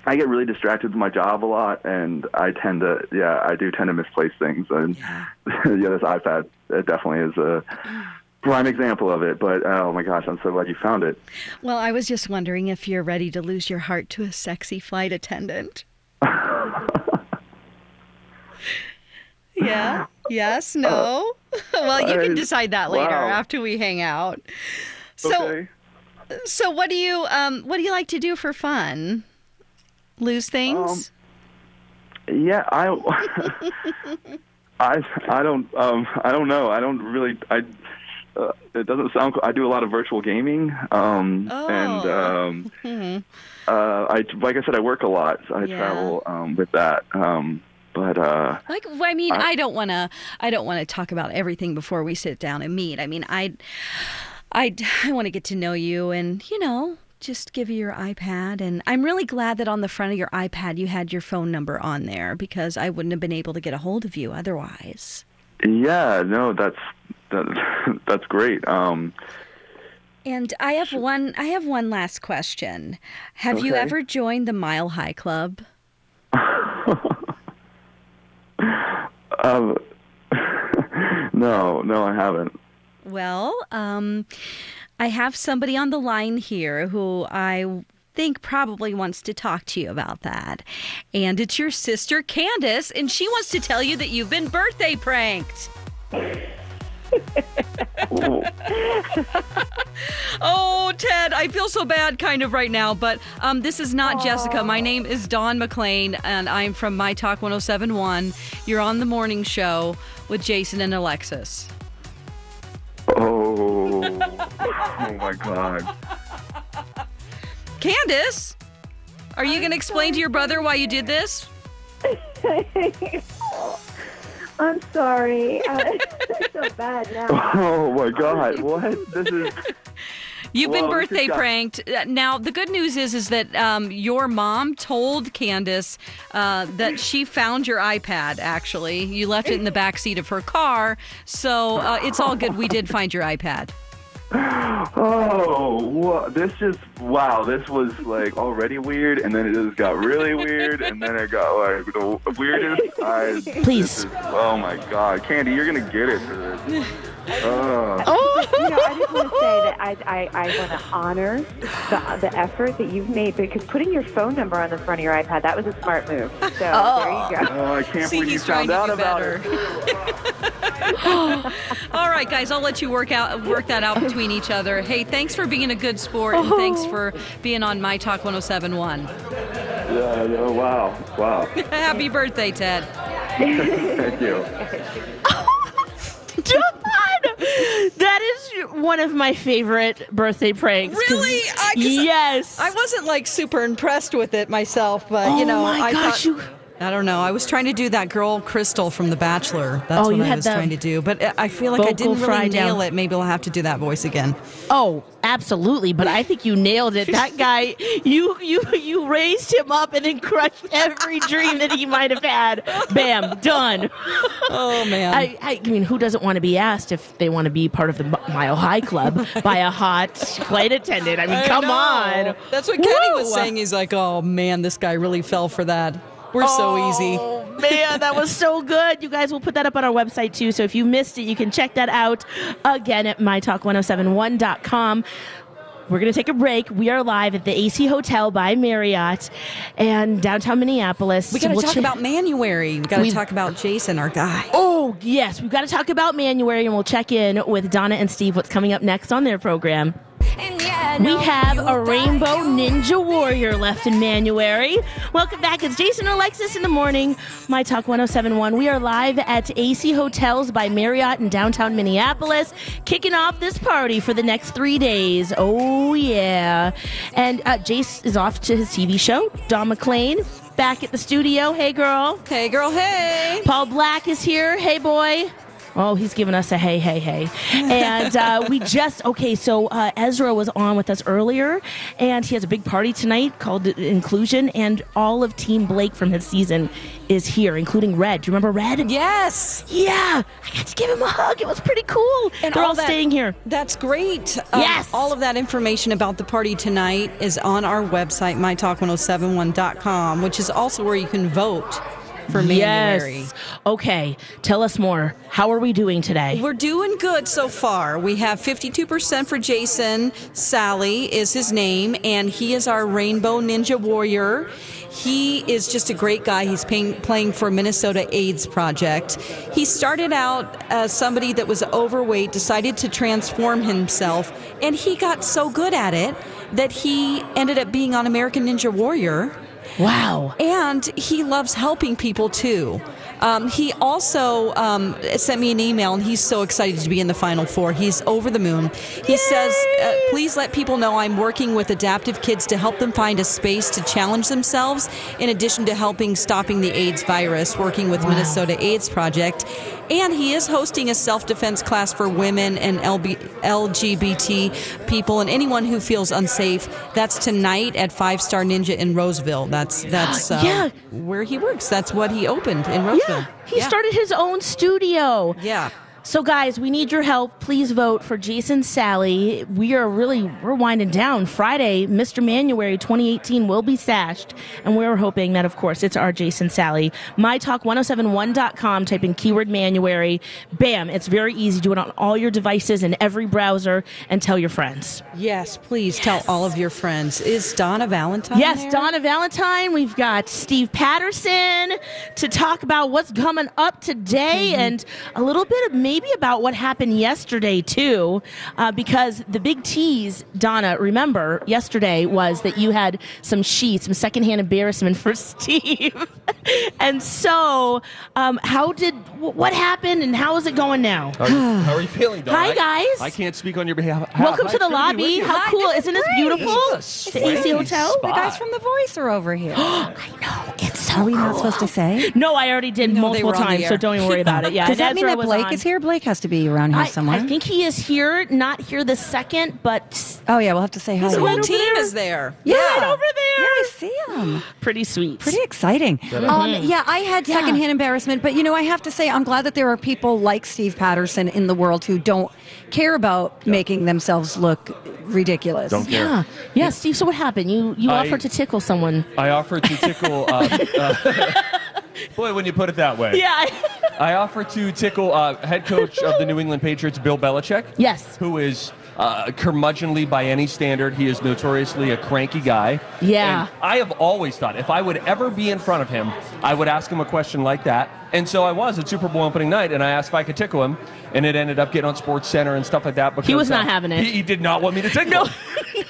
Speaker 17: I get really distracted with my job a lot, and I tend to, yeah, I do tend to misplace things. And yeah, this iPad it definitely is a prime example of it. But oh my gosh, I'm so glad you found it.
Speaker 5: well, I was just wondering if you're ready to lose your heart to a sexy flight attendant. yeah. Yes. No. well, you
Speaker 15: I-
Speaker 5: can decide that later
Speaker 15: wow.
Speaker 5: after we hang out. So, so what do you um, what do you like to do for fun? Lose things?
Speaker 17: Um, Yeah, I, I, I don't, um, I don't know. I don't really. I. Uh, it doesn't sound. cool. I do a lot of virtual gaming, um, and um,
Speaker 5: Hmm.
Speaker 17: uh, I like I said, I work a lot. So I
Speaker 5: Yeah.
Speaker 17: travel um, with that, um, but uh,
Speaker 5: Like, well, I mean,
Speaker 17: I-
Speaker 5: I don't want to. I don't want to talk about everything before we sit down and meet. I mean, I, I, I want to get to know you, and you know, just give you your iPad. And I'm really glad that on the front of your iPad you had your phone number on there because I wouldn't have been able to get a hold of you otherwise.
Speaker 17: yeah, no, that's that, that's great. Um,
Speaker 5: And I have one. I have one last question. Have you
Speaker 17: Okay.
Speaker 5: ever joined the Mile High Club?
Speaker 17: um, no, no, I haven't.
Speaker 5: Well, um, I have somebody on the line here who I think probably wants to talk to you about that. And it's your sister, Candace, and she wants to tell you that you've been birthday pranked. oh, Ted, I feel so bad kind of right now, but um, this is not Jessica. My name is Dawn McLean, and I'm from My Talk 1071. You're on the morning show with Jason and Alexis.
Speaker 17: Oh, oh my God.
Speaker 5: Candace, are you going to explain to your brother why you did this?
Speaker 18: I'm sorry. Uh, it's so bad now.
Speaker 17: Oh my God! What? This is
Speaker 5: You've been
Speaker 17: Well, this
Speaker 5: birthday
Speaker 17: has got-
Speaker 5: pranked. Uh, Now, the good news is is that um, your mom told Candace uh, that she found your iPad. Actually, you left it in the back seat of her car, so uh, it's all good. We did find your iPad.
Speaker 17: oh, wha- this just wow. This was like already weird, and then it just got really weird, and then it got like the weirdest. I,
Speaker 4: Please.
Speaker 17: this is- oh my God, Candy, you're gonna get it for this. Oh.
Speaker 18: you know, I just want to say that I, I, I want to honor the, the effort that you've made because putting your phone number on the front of your iPad, that was a smart move. So there you go.
Speaker 17: Oh, I can't
Speaker 18: See,
Speaker 17: believe you
Speaker 18: he's
Speaker 17: found
Speaker 18: trying
Speaker 17: out
Speaker 18: to do better.
Speaker 17: about it.
Speaker 5: all right, guys, I'll let you work out work that out between each other. Hey, thanks for being a good sport, and thanks for being on My Talk 1071.
Speaker 17: Yeah, no, wow, wow.
Speaker 5: Happy birthday, Ted.
Speaker 17: Thank you.
Speaker 4: John, that is one of my favorite birthday pranks. 'cause-
Speaker 5: Really? I, 'cause
Speaker 4: yes.
Speaker 5: I wasn't like super impressed with it myself, but
Speaker 4: Oh
Speaker 5: you know,
Speaker 4: my
Speaker 5: I
Speaker 4: gosh,
Speaker 5: thought. I don't know. I was trying to do that girl Crystal from The Bachelor. That's
Speaker 4: Oh,
Speaker 5: what
Speaker 4: you
Speaker 5: I
Speaker 4: had
Speaker 5: was
Speaker 4: the
Speaker 5: trying to do. But I- I feel like I
Speaker 4: vocal
Speaker 5: didn't
Speaker 4: fry
Speaker 5: really
Speaker 4: down.
Speaker 5: nail it. Maybe I'll have to do that voice again.
Speaker 4: Oh, absolutely! But I think you nailed it. That guy, you you you raised him up and then crushed every dream that he might have had. Bam, done.
Speaker 5: Oh man!
Speaker 4: I, I, I mean, who doesn't want to be asked if they want to be part of the Mi- Mile High Club by a hot flight attendant? I mean, come on.
Speaker 5: That's what Kenny was
Speaker 4: Woo!
Speaker 5: saying. He's like, oh man, this guy really fell for that. We're
Speaker 4: Oh.
Speaker 5: so easy.
Speaker 4: Man, that was so good. You guys will put that up on our website too. So if you missed it, you can check that out again at mytalk1071.com. We're going to take a break. We are live at the AC Hotel by Marriott and downtown Minneapolis.
Speaker 5: We got to
Speaker 4: We'll
Speaker 5: talk
Speaker 4: che-
Speaker 5: about Manuary. We got to
Speaker 4: We-
Speaker 5: talk about Jason, our guy.
Speaker 4: Oh, yes. We've got to talk about Manuary and we'll check in with Donna and Steve what's coming up next on their program. We have a rainbow ninja warrior left in Manuary. Welcome back. It's Jason and Alexis in the morning. My Talk 1071. We are live at AC Hotels by Marriott in downtown Minneapolis, kicking off this party for the next three days. Oh, yeah. And uh, Jace is off to his TV show, Don McLean. Back at the studio. Hey, girl.
Speaker 5: Hey, girl. Hey.
Speaker 4: Paul Black is here. Hey, boy. Oh, he's giving us a hey, hey, hey. And uh, we just, okay, so uh, Ezra was on with us earlier, and he has a big party tonight called Inclusion, and all of Team Blake from his season is here, including Red. Do you remember Red?
Speaker 5: Yes.
Speaker 4: Yeah. I got to give him a hug. It was pretty cool. They're all,
Speaker 5: that-
Speaker 4: staying here.
Speaker 5: That's great. Um,
Speaker 4: Yes.
Speaker 5: All of that information about the party tonight is on our website, mytalk1071.com, which is also where you can vote for Manuary.
Speaker 4: Yes. Okay. Tell us more. How are we doing today?
Speaker 5: We're doing good so far. We have 52% for Jason. Sally is his name, and he is our Rainbow Ninja Warrior. He is just a great guy. He's paying, playing for Minnesota AIDS Project. He started out as somebody that was overweight, decided to transform himself, and he got so good at it that he ended up being on American Ninja Warrior.
Speaker 4: Wow.
Speaker 5: And he loves helping people too. Um, he also um, sent me an email, and he's so excited to be in the Final Four. He's over the moon. He says, uh, Please let people know I'm working with adaptive kids to help them find a space to challenge themselves, in addition to helping stopping the AIDS virus, working with Minnesota AIDS Project. And he is hosting a self defense class for women and LB- LGBT people and anyone who feels unsafe. That's tonight at Five Star Ninja in Roseville. That's that's uh,
Speaker 4: Yeah.
Speaker 5: where he works. That's what he opened in Roseville.
Speaker 4: Yeah, he started his own studio.
Speaker 5: Yeah.
Speaker 4: So guys, we need your help. Please vote for Jason Sally. We are really we're winding down. Friday, Mr. Manuary 2018 will be sashed, and we're hoping that of course it's our Jason Sally. MyTalk1071.com. Type in keyword Manuary. Bam! It's very easy. Do it on all your devices in every browser, and tell your friends.
Speaker 5: Yes, please tell all of your friends. Is Donna Valentine?
Speaker 4: Yes,
Speaker 5: there?
Speaker 4: Donna Valentine. We've got Steve Patterson to talk about what's coming up today and a little bit of maybe about what happened yesterday, too. Uh, because the big tease, Donna, remember yesterday was that you had some sheets, some secondhand embarrassment for Steve. and so, um, how did, wh- what happened and how is it going now?
Speaker 9: How are you, how are you feeling, Dawn?
Speaker 4: Hi,
Speaker 9: I-
Speaker 4: guys.
Speaker 9: I can't speak on your behalf.
Speaker 4: Welcome
Speaker 9: Hi,
Speaker 4: to the
Speaker 9: it's good be with
Speaker 4: lobby.
Speaker 9: you.
Speaker 4: How cool. Isn't this beautiful?
Speaker 9: This is
Speaker 4: The AC
Speaker 9: great
Speaker 4: Hotel.
Speaker 9: spot. The guys
Speaker 10: from The Voice are over here.
Speaker 4: Are we not supposed to say? No, I already did multiple
Speaker 10: were on the
Speaker 4: times, so
Speaker 10: air.
Speaker 4: don't even worry about it. Yeah,
Speaker 19: Does that
Speaker 4: and
Speaker 19: mean
Speaker 4: Ezra
Speaker 19: that
Speaker 4: was
Speaker 19: Blake
Speaker 4: on.
Speaker 19: is here? Blake has to be around here
Speaker 4: I,
Speaker 19: somewhere.
Speaker 4: I think he is here, not here the second, but
Speaker 19: oh yeah, we'll have to say hi.
Speaker 4: His
Speaker 19: to
Speaker 4: whole
Speaker 19: him.
Speaker 5: team is there.
Speaker 19: Yeah,
Speaker 4: right over there. Yeah, I
Speaker 19: see him.
Speaker 4: Pretty sweet.
Speaker 19: Pretty exciting.
Speaker 4: Mhm.
Speaker 19: Um, yeah, I had
Speaker 4: Yeah.
Speaker 19: secondhand embarrassment, but you know, I have to say, I'm glad that there are people like Steve Patterson in the world who don't care about making themselves look ridiculous.
Speaker 9: Don't care.
Speaker 4: Yeah. yeah, Steve. So what happened? You you
Speaker 9: I-
Speaker 4: offered to tickle someone.
Speaker 9: I offered to tickle. Uh, uh, boy, when you put it that way.
Speaker 4: Yeah.
Speaker 9: I offer to tickle uh, head coach of the New England Patriots, Bill Belichick.
Speaker 4: Yes.
Speaker 9: Who is uh, curmudgeonly by any standard. He is notoriously a cranky guy.
Speaker 4: Yeah.
Speaker 9: And I have always thought if I would ever be in front of him, I would ask him a question like that. And so I was at Super Bowl opening night, and I asked if I could tickle him, and it ended up getting on Sports Center and stuff like that. Because,
Speaker 19: was not
Speaker 9: uh,
Speaker 19: having it.
Speaker 9: He, he did not want me to tickle. him.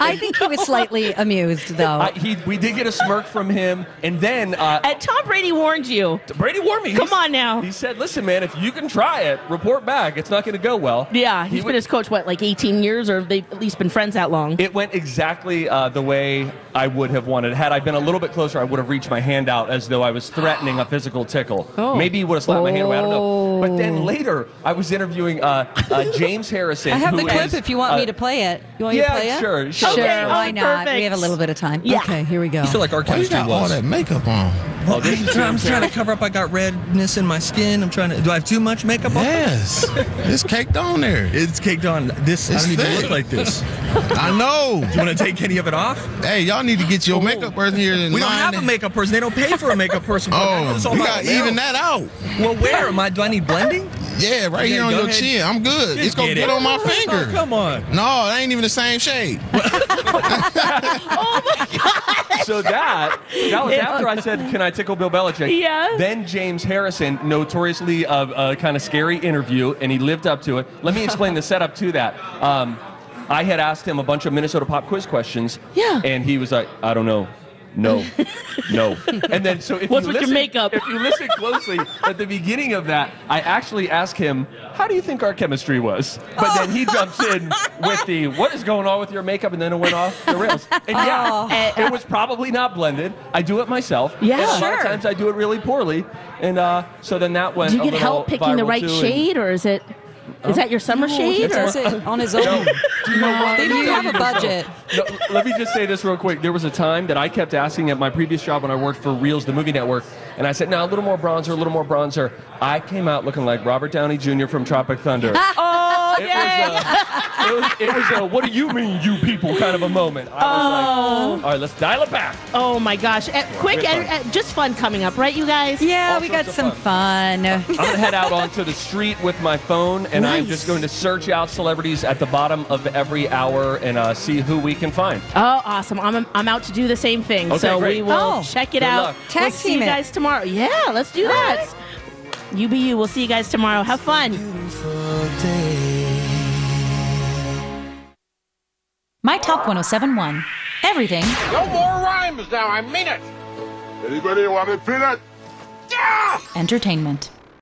Speaker 19: I think he was slightly amused though.
Speaker 9: I, he, we did get a smirk from him, and then uh,
Speaker 4: and Tom Brady warned you.
Speaker 9: Brady warned me. Come on now. He said, "Listen, man, if you can try it, report back. It's not going to go well."
Speaker 4: Yeah,
Speaker 9: He
Speaker 4: he's
Speaker 9: would-
Speaker 4: been his coach what, like 18 years, or they've at least been friends that long.
Speaker 9: It went exactly uh, the way I would have wanted. Had I been a little bit closer, I would have reached my hand out as though I was threatening a physical tickle.
Speaker 6: Oh.
Speaker 9: Maybe he would have slapped my hand away. I don't know. But then later, I was interviewing uh, uh, James Harrison.
Speaker 5: Oh. I have the
Speaker 9: who
Speaker 5: clip
Speaker 9: is,
Speaker 5: if you want
Speaker 9: uh,
Speaker 5: me to play it. You want
Speaker 9: yeah,
Speaker 5: me to play it?
Speaker 9: sure, sure. Okay, Sure, oh,
Speaker 19: why not? We have a
Speaker 5: perfect.
Speaker 19: little bit of time.
Speaker 5: Yeah.
Speaker 19: Okay, here we go.
Speaker 20: I feel like our chemistry was. makeup on?
Speaker 9: Oh,
Speaker 20: Well, I'm trying to cover up. I got redness in my skin. I'm trying to. Do I have too much makeup on? Yes. it's caked on there. It's caked on. This
Speaker 21: It's
Speaker 20: I don't
Speaker 21: thick.
Speaker 20: even look like this. I know. Do you want to take any of it off? Hey, y'all need to get your makeup person here. we don't have a makeup person. They don't pay for a makeup person.
Speaker 21: Oh, you gotta even that
Speaker 20: out. Well, where am I? Do I need blending?
Speaker 21: Yeah, right
Speaker 20: Okay,
Speaker 21: here on
Speaker 20: go
Speaker 21: your
Speaker 20: ahead.
Speaker 21: chin. I'm good.
Speaker 20: Just
Speaker 21: it's gonna
Speaker 20: get
Speaker 21: get,
Speaker 20: it.
Speaker 21: on my
Speaker 20: Oh,
Speaker 21: finger.
Speaker 20: come
Speaker 21: on. No, it ain't even the same shade.
Speaker 9: so that that was
Speaker 21: It-
Speaker 9: after I said, "Can I tickle Bill Belichick?"
Speaker 21: Yeah.
Speaker 9: Then James Harrison, notoriously a, a kind of scary interview, and he lived up to it. Let me explain the setup to that. Um, I had asked him a bunch of Minnesota pop quiz questions. Yeah. And he was like, "I don't know." no, no. And then so if
Speaker 4: What's
Speaker 9: you
Speaker 4: with your
Speaker 9: listen-
Speaker 4: makeup?
Speaker 9: If you listen closely at the beginning of that, I actually ask him, "How do you think our chemistry was?" But then he jumps in with the, "What is going on with your makeup?" And then it went off the rails. And yeah, it was probably not blended. I do it myself.
Speaker 4: Oh. Yeah.
Speaker 9: And a lot
Speaker 4: Sure.
Speaker 9: of times I do it really poorly, and uh, so then that went.
Speaker 4: Do you
Speaker 9: a
Speaker 4: get
Speaker 9: little
Speaker 4: help picking the
Speaker 9: viral,
Speaker 4: right
Speaker 9: too, and-
Speaker 4: shade, or is it is
Speaker 9: Huh?
Speaker 4: that your summer
Speaker 9: No,
Speaker 4: shade?
Speaker 9: that's
Speaker 4: or-
Speaker 9: it,
Speaker 5: on his own.
Speaker 9: No. Do you know why?
Speaker 5: They don't
Speaker 9: Yeah,
Speaker 5: have
Speaker 9: you
Speaker 5: a
Speaker 9: just
Speaker 5: budget.
Speaker 9: don't. No, let me just say this real quick. There was a time that I kept asking at my previous job when I worked for Reels, the movie network, and I said, "Now a little more bronzer, a little more bronzer." I came out looking like Robert Downey Jr. from Tropic Thunder.
Speaker 4: oh,
Speaker 9: It was, it was a "What do you mean, you people?" kind of a moment. I was
Speaker 5: Oh.
Speaker 9: like, "All right, let's dial it back."
Speaker 4: Oh my gosh! Uh, quick,
Speaker 9: Great fun.
Speaker 4: uh, uh, just fun coming up, right, you guys?
Speaker 19: Yeah,
Speaker 9: All we got sorts of
Speaker 19: fun.
Speaker 9: I'm gonna head out onto the street with my phone, and I'm
Speaker 4: Nice.
Speaker 9: just going to search out celebrities at the bottom of every hour and uh, see who we can find.
Speaker 4: Oh, awesome! I'm I'm out to do the same thing,
Speaker 9: Okay,
Speaker 4: so we
Speaker 9: great.
Speaker 4: will
Speaker 9: Oh.
Speaker 4: check it
Speaker 9: Good
Speaker 4: out.
Speaker 9: luck.
Speaker 4: We'll
Speaker 9: Tag
Speaker 4: see
Speaker 9: team
Speaker 4: you
Speaker 9: it.
Speaker 4: guys tomorrow. Yeah, let's do that. UBU. We'll see you guys tomorrow. Have fun.
Speaker 2: My Talk 1071. Everything.
Speaker 3: No more rhymes now, I mean it. Anybody want a peanut?
Speaker 2: Entertainment.